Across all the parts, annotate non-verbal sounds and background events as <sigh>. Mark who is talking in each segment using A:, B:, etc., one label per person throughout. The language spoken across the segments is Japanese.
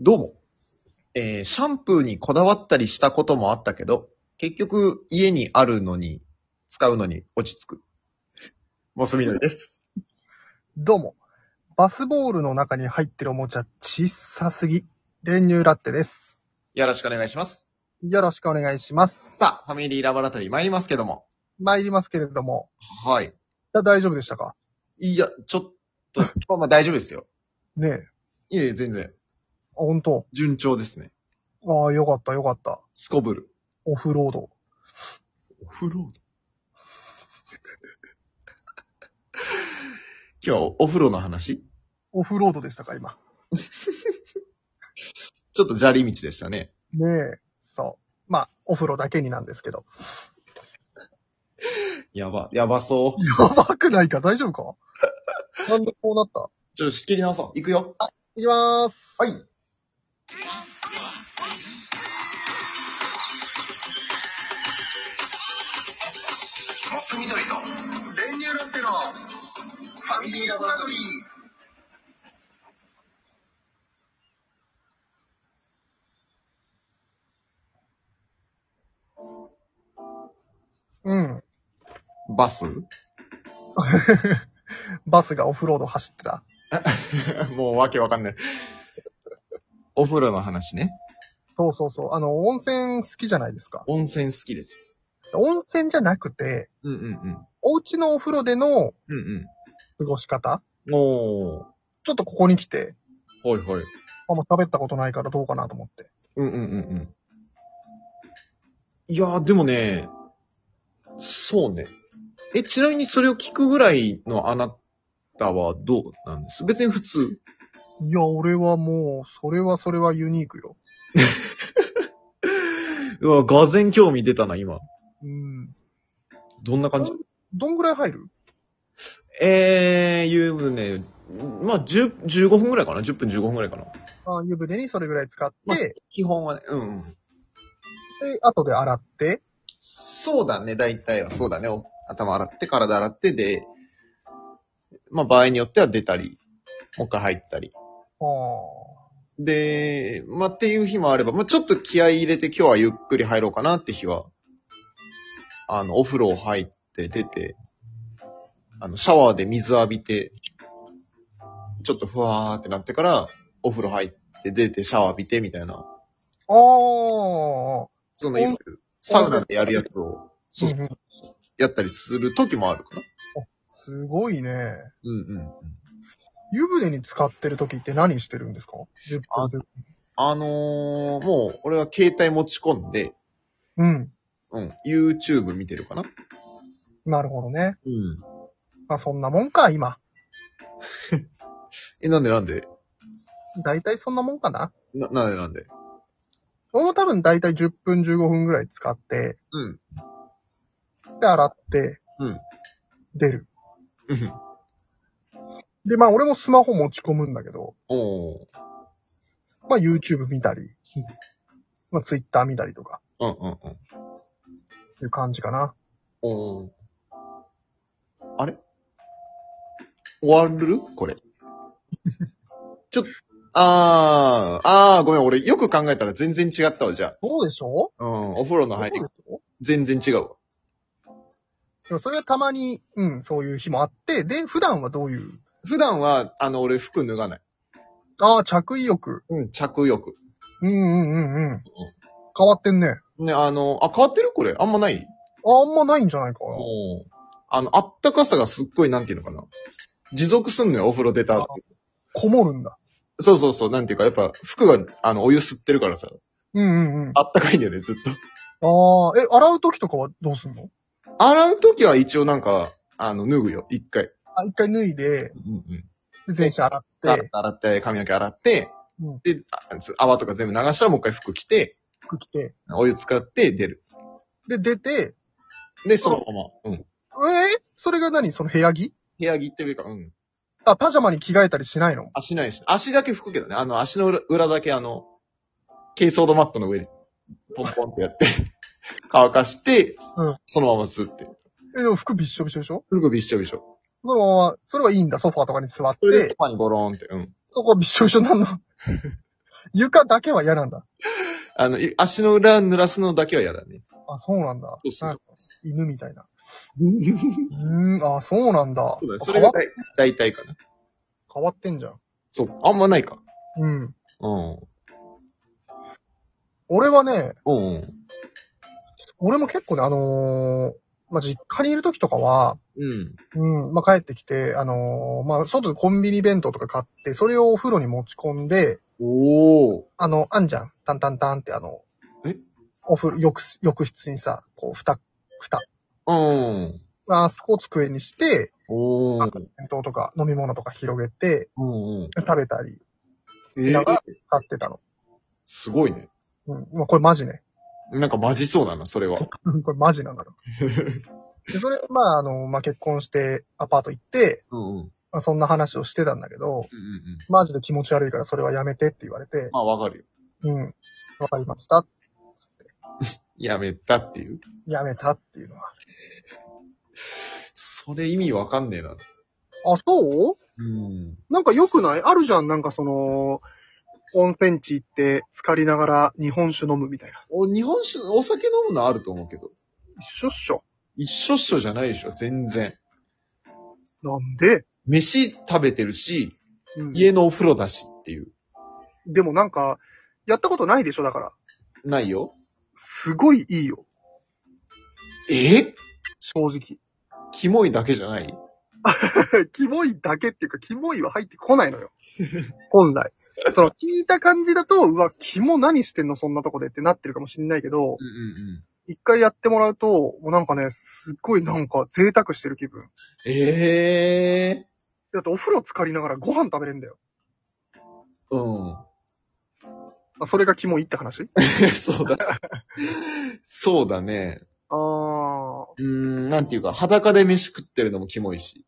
A: どうも。えーシャンプーにこだわったりしたこともあったけど、結局家にあるのに、使うのに落ち着く。モスミノリです。
B: どうも。バスボールの中に入ってるおもちゃ、小さすぎ。練乳ラッテです。
A: よろしくお願いします。
B: よろしくお願いします。
A: さあ、ファミリーラボラトリー参りますけども。
B: 参りますけれども。
A: はい。
B: だ大丈夫でしたか
A: いや、ちょっと、 <laughs> まあまあ大丈夫ですよ。
B: ねえ。あ、
A: いえいえ、全然。
B: 本当
A: 順調ですね。
B: ああ、よかったよかった。
A: すこぶる。
B: オフロード。
A: オフロード <laughs> 今日、お風呂の話 <laughs>
B: オフロードでしたか今。
A: ちょっと砂利道でしたね。
B: ねえ。そう。まあ、お風呂だけになんですけど。
A: やば、やばそう。
B: やばくないか大丈夫かなんでこうなった
A: ちょっと仕切り直そう。行くよ。
B: いきまーす。
A: はい。
B: モス緑と練乳ラッテのファミリーラボラトリー。うん。 <laughs>
A: バス
B: バスがオフロード走ってた。
A: <laughs> もうわけわかんない。お風呂の話ね。
B: そうそうそう。あの、温泉好きじゃないですか。
A: 温泉好きです。
B: 温泉じゃなくて、
A: うんうんうん。
B: お家のお風呂での
A: うん
B: 過ごし方
A: うん。おー。
B: ちょっとここに来て、
A: ほいほい。
B: あんま喋ったことないからどうかなと思って。
A: うんうんうんうん。いやー、でもね、そうね。え、ちなみにそれを聞くぐらいのあなたはどうなんです別に普通。
B: いや、俺はもう、それはそれはユニークよ。
A: うわ、がぜん興味出たな、今。
B: うん。
A: どんな感じ
B: どんぐらい入る
A: えー、湯船、まあ、10、15分ぐらいかな ?10 分15分ぐらいかな
B: あ湯船にそれぐらい使って、
A: まあ基本はね、うんうん。
B: で、後で洗って、
A: そうだね、大体は。そうだね。お頭洗って、体洗って、で、まあ、場合によっては出たり、もう一回入ったり。
B: あ
A: で、まあ、っていう日もあれば、まあ、ちょっと気合い入れて今日はゆっくり入ろうかなって日は、あの、お風呂入って出て、あの、シャワーで水浴びて、ちょっとふわーってなってから、お風呂入って出てシャワー浴びてみたいな、
B: あ、ああ、
A: そのいわゆるサウナでやるやつを、そう、
B: んん
A: やったりする時もあるかな。
B: すごいね。
A: うんうん。
B: 湯船に使ってる時って何してるんですか ?10
A: あ
B: 分で。
A: あのー、もう、俺は携帯持ち込んで、
B: うん。
A: うん、YouTube 見てるかな
B: なるほどね。
A: うん。
B: まあそんなもんか、今。
A: え、なんでなんで
B: だいたいそんなもんかな。
A: な、なんでなんで
B: 俺も多分だいたい10分15分ぐらい使って、
A: うん。
B: で、洗って、
A: うん。
B: 出る。
A: うん。
B: で、まあ俺もスマホ持ち込むんだけど、
A: おー。
B: まあ YouTube 見たり、まあ Twitter 見たりとか、
A: うんうんうん。
B: いう感じかな。
A: おー。あれ終わるこれ。ちょっと、あー、あー、ごめん、俺よく考えたら全然違ったわ、じゃ
B: そうでしょ
A: あ。うん、お風呂の入り
B: そう、でしょ
A: 全然違うわ。
B: でもそれはたまに、うん、そういう日もあって、で、普段はどういう、
A: 普段は、あの、俺服脱がない。
B: ああ、着衣浴。
A: うん、着浴。
B: うんうんうんうん。変わってんね。
A: ね、あの、あ、変わってるこれ。あんまない
B: ああんまないんじゃないかな。
A: おあの、あったかさがすっごい、なんていうのかな。持続すんのよ、お風呂出た後。
B: こもるんだ。
A: そうそうそう、なんていうか、やっぱ、服が、あの、お湯吸ってるからさ、
B: うんうんうん。あ
A: あったかいんだよね、ずっと。
B: あー、え、洗う時とかはどうすんの
A: 洗うときは一応なんか、あの、脱ぐよ、一回。
B: あ、一回脱いで、
A: うんうん。
B: で全身洗って、
A: 洗って、髪の毛洗って、
B: うん
A: で、あつ泡とか全部流したらもう一回服着て、
B: 服着て、
A: お湯使って出る。
B: で、出て、
A: で、そのまま、うん。
B: えー、それが何その部屋着
A: 部屋着っていうか、うん。
B: あ、パジャマに着替えたりしないの
A: 足ないし、足だけ拭くけどね、あの、足の裏裏だけあの、軽装ドマットの上に、ポンポンってや
B: <laughs>
A: って、乾かして、
B: うん
A: そのまま吸って。
B: え、でも服びっしょびしょでしょ
A: 服びっしょびしょ。
B: そのまま、それはいいんだ。ソファーとかに座っ
A: それで、
B: て
A: ソ、ファにゴローンって、うん。 <laughs>
B: そこはびっしょびしょになんの。床だけは嫌なんだ。
A: あの、い足の裏濡らすのだけは嫌だ
B: <laughs>
A: ね。
B: あ、そうなんだ。
A: そうそう
B: な
A: そ
B: んか犬みたいな。
A: う。
B: うーん、あ、そうなんだ。
A: そうだねそ
B: 変
A: れ
B: わ
A: が
B: っ
A: 大大体かな。
B: 変わってんじゃん。
A: そう。あんまないか。
B: うん。
A: うん。
B: 俺はね、
A: うんうん。
B: 俺も結構ね、あのーまあ、実家にいる時とかは、
A: うん。
B: うん、まあ、帰ってきて、あのーまあ、外でコンビニ弁当とか買って、それをお風呂に持ち込んで、
A: おお。
B: あの、あんじゃん。タンタンタンってあの、
A: え
B: お風呂、浴室浴室にさ、こう、蓋、蓋。
A: うん。
B: あそこを机にして、
A: お
B: なん
A: お
B: か。弁当とか飲み物とか広げて、
A: うんうん。
B: 食べたり、
A: えー
B: なんか買ってたの。
A: すごいね。
B: うん。まあ、これマジね。
A: なんかマジそうだな、それは。
B: うんこれマジなんだ <laughs> ろ。で、それ、まあ、あの、まあ、結婚して、アパート行って、
A: うんうん。うん
B: まあ、そんな話をしてたんだけど、
A: うんうん。
B: マジで気持ち悪いからそれはやめてって言われて、
A: まあわかるよ。
B: うん。わかりました。
A: やめたっていう。
B: やめたっていうのは。
A: それ意味わかんねえな。
B: あ、そう
A: うん。
B: なんか良くないあるじゃん、なんかその、温泉地行って、浸かりながら日本酒飲むみたいな。
A: お、日本酒、お酒飲むのあると思うけど。
B: 一緒っしょ。
A: 一緒っしょじゃないでしょ、全然。
B: なんで、
A: 飯食べてるし、
B: うん、
A: 家のお風呂だしっていう。
B: でもなんか、やったことないでしょ、だから。
A: ないよ。
B: すごいいいよ、
A: え
B: 正直。 <laughs>
A: キモいだけじゃない
B: キモいだけっていうか、キモいは入ってこないのよ。本来。その、聞いた感じだと、うわ、キモ何してんの、そんなとこでってなってるかもしんないけど、
A: うんうんうん。
B: 一回やってもらうと、もうなんかね、すっごいなんか贅沢してる気分。
A: ええ
B: だってお風呂浸かりながらご飯食べれるんだよ。
A: う
B: あそれがキモいって話
A: ん。 <laughs> そうだ。そうだね。
B: あ
A: うーん、なんていうか、裸で飯食ってるのもキモいし。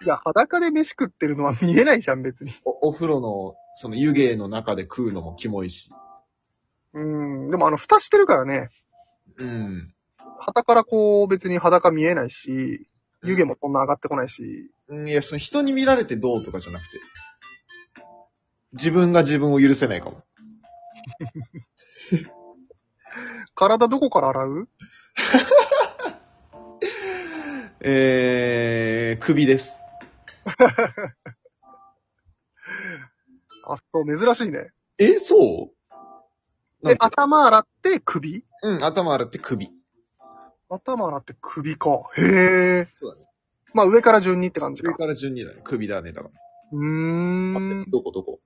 B: あ。いや、裸で飯食ってるのは見えないじゃん、別に。
A: お、お風呂の、その湯気の中で食うのもキモいし。
B: うん。でもあの、蓋してるからね、
A: うん。
B: 旗からこう、別に裸見えないし、湯気もそんな上がってこないし、
A: うん。いや、その人に見られてどうとかじゃなくて。自分が自分を許せないかも。
B: 体どこから洗う
A: えー、首です。
B: あ、そう、珍しいね。
A: え、そうな
B: で
A: ん、か
B: 頭洗って首
A: うん、頭洗って首。
B: 頭洗って首か。へえ。
A: そうだね。
B: まあ上から順にって感じ
A: 上
B: か。
A: から順にだね。首だね、だから。
B: うー
A: 待っ
B: ん
A: て。どこどこ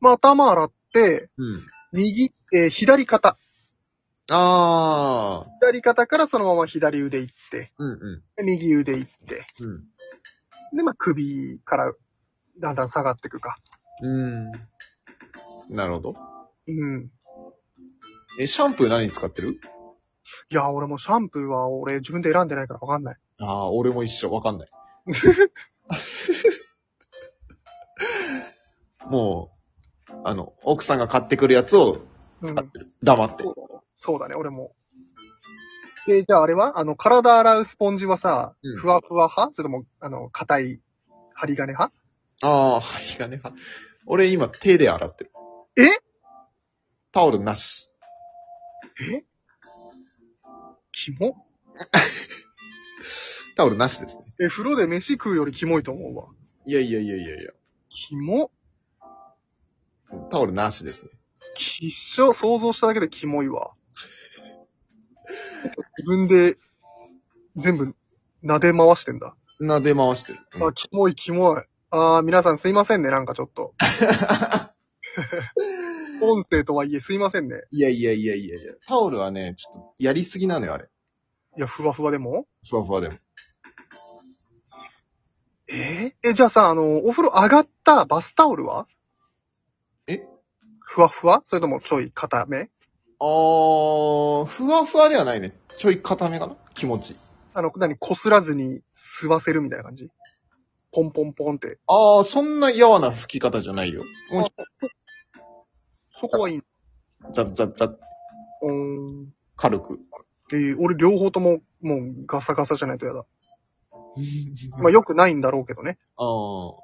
B: まあ頭洗って、
A: うん。
B: 右、えー左肩。
A: あー。
B: 左肩からそのまま左腕行って、
A: うんう
B: で右腕行って、
A: ん。うん。
B: で、まあ、首からだんだん下がっていくか。
A: うん。なるほど。
B: うん。
A: え、シャンプー何使ってる
B: いや、俺もシャンプーは俺自分で選んでないからわかんない。
A: ああ、俺も一緒。わかんない。 <laughs> もう、あの、奥さんが買ってくるやつを
B: う
A: 使
B: ん。
A: ってる。黙って
B: そ。うだね。そうだね、俺も。で、じゃああれはあの、体洗うスポンジはさ、
A: うん
B: ふわふわ派それとも、あの、硬い、針金派
A: ああ、針金派。俺今手で洗ってる。
B: え
A: タオルなし。
B: えキモ
A: タオルなしですね。
B: え、風呂で飯食うよりキモいと思うわ。
A: いやいやいやいやいや。
B: キモ
A: タオルなしですね。
B: きっしょ、想像しただけでキモいわ。自分で、全部、撫で回してんだ。
A: なで回してる。うん
B: あ、キモい、キモい。あー、皆さんすいませんね、なんかちょっ
A: <laughs>
B: と。音声とはいえすいませんね。
A: いやいやいやいやいや。タオルはね、ちょっとやりすぎなのよ、あれ。
B: いや、ふわふわでも
A: ふわふわでも。
B: えーえ、じゃあさ、あの、お風呂上がったバスタオルは
A: え
B: ふわふわそれともちょい固め
A: あー、ふわふわではないね。ちょい固めかな気持ち。
B: あの、何、こすらずに吸わせるみたいな感じポンポンポンって。
A: あー、そんなやわな吹き方じゃないよ。もうち
B: そこはいい。
A: ょ、ザッザッザッ、
B: うーん。
A: 軽 <laughs> く。
B: えー俺両方とも、もうガサガサじゃないとやだ。まあ、良くないんだろうけどね。
A: あー。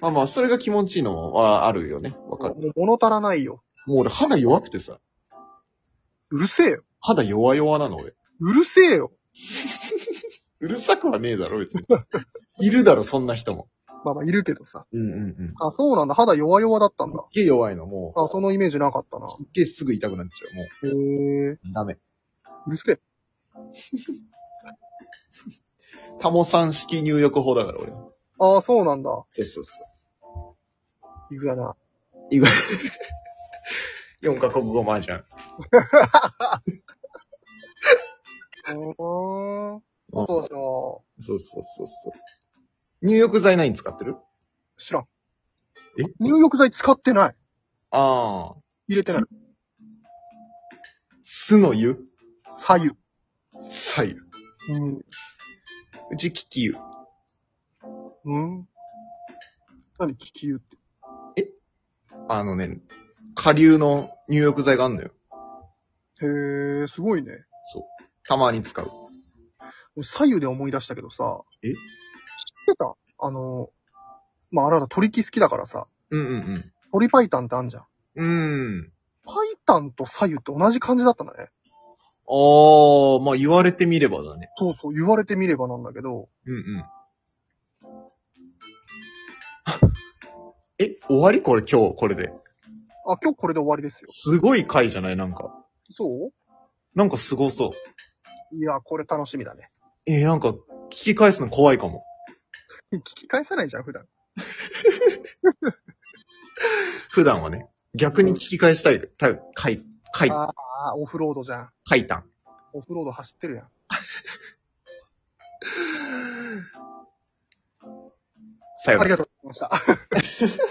A: まあまあ、それが気持ちいいのはあるよね。わかる。
B: もう物足らないよ。
A: もう俺肌弱くてさ、
B: うるせえよ。
A: 肌弱々なの俺。
B: うるせえよ。
A: うるさくはねえだろ、別 <laughs> に。いるだろ、そんな人も。
B: まあまあ、いるけどさ。
A: うんうんうん。
B: あ、そうなんだ。肌弱々だったんだ
A: す。っげえ弱いの、もう。
B: あ、そのイメージなかったな。
A: すっげえすぐ痛くなっちゃう、も
B: へえ。う
A: う。ダメ。
B: るせえ。
A: タモさん式入浴法だから、俺。
B: ああ、そうなんだ。
A: そうそうそう。
B: いくだな。
A: <laughs> 4カ国語麻雀。
B: うーん。
A: う
B: そ
A: ん
B: うだ
A: そうそうそうそう。入浴剤何使ってる
B: 知らん。
A: え
B: 入浴剤使ってない。
A: ああ。
B: 入れてない。
A: 酢の湯
B: 左右。
A: 左右。
B: うん。
A: うち利き湯。
B: うん何利き湯って。
A: あのね、下流の入浴剤があんのよ。
B: へえ、すごいね。
A: そう。たまに使う。
B: 俺左右で思い出したけどさ。
A: え
B: 知ってたあの、まあ、あらだ、鳥木好きだからさ。
A: うんうん
B: 鳥パイタンってあんじゃん。
A: うん。うん。
B: パイタンと左右って同じ感じだったんだね。
A: ああ、まあ言われてみればだね。
B: そうそう、言われてみればなんだけど。
A: うんうん。 <laughs> え、終わりこれ今日、これで。
B: あ、今日これで終わりですよ。
A: すごい回じゃないなんか。
B: そ
A: なんかすごそう。
B: ういや、これ楽しみだね。 <laughs>
A: えーなんか、聞き返すの怖いかも。
B: 聞き返さないじゃん、普段。
A: 普段はね。逆に聞き返したい。た、かい、かい、
B: ああ、オフロードじゃん。
A: かいたん。
B: オフロード走ってるやん。
A: さよ
B: あ
A: な
B: り
A: ら。
B: がとうございました。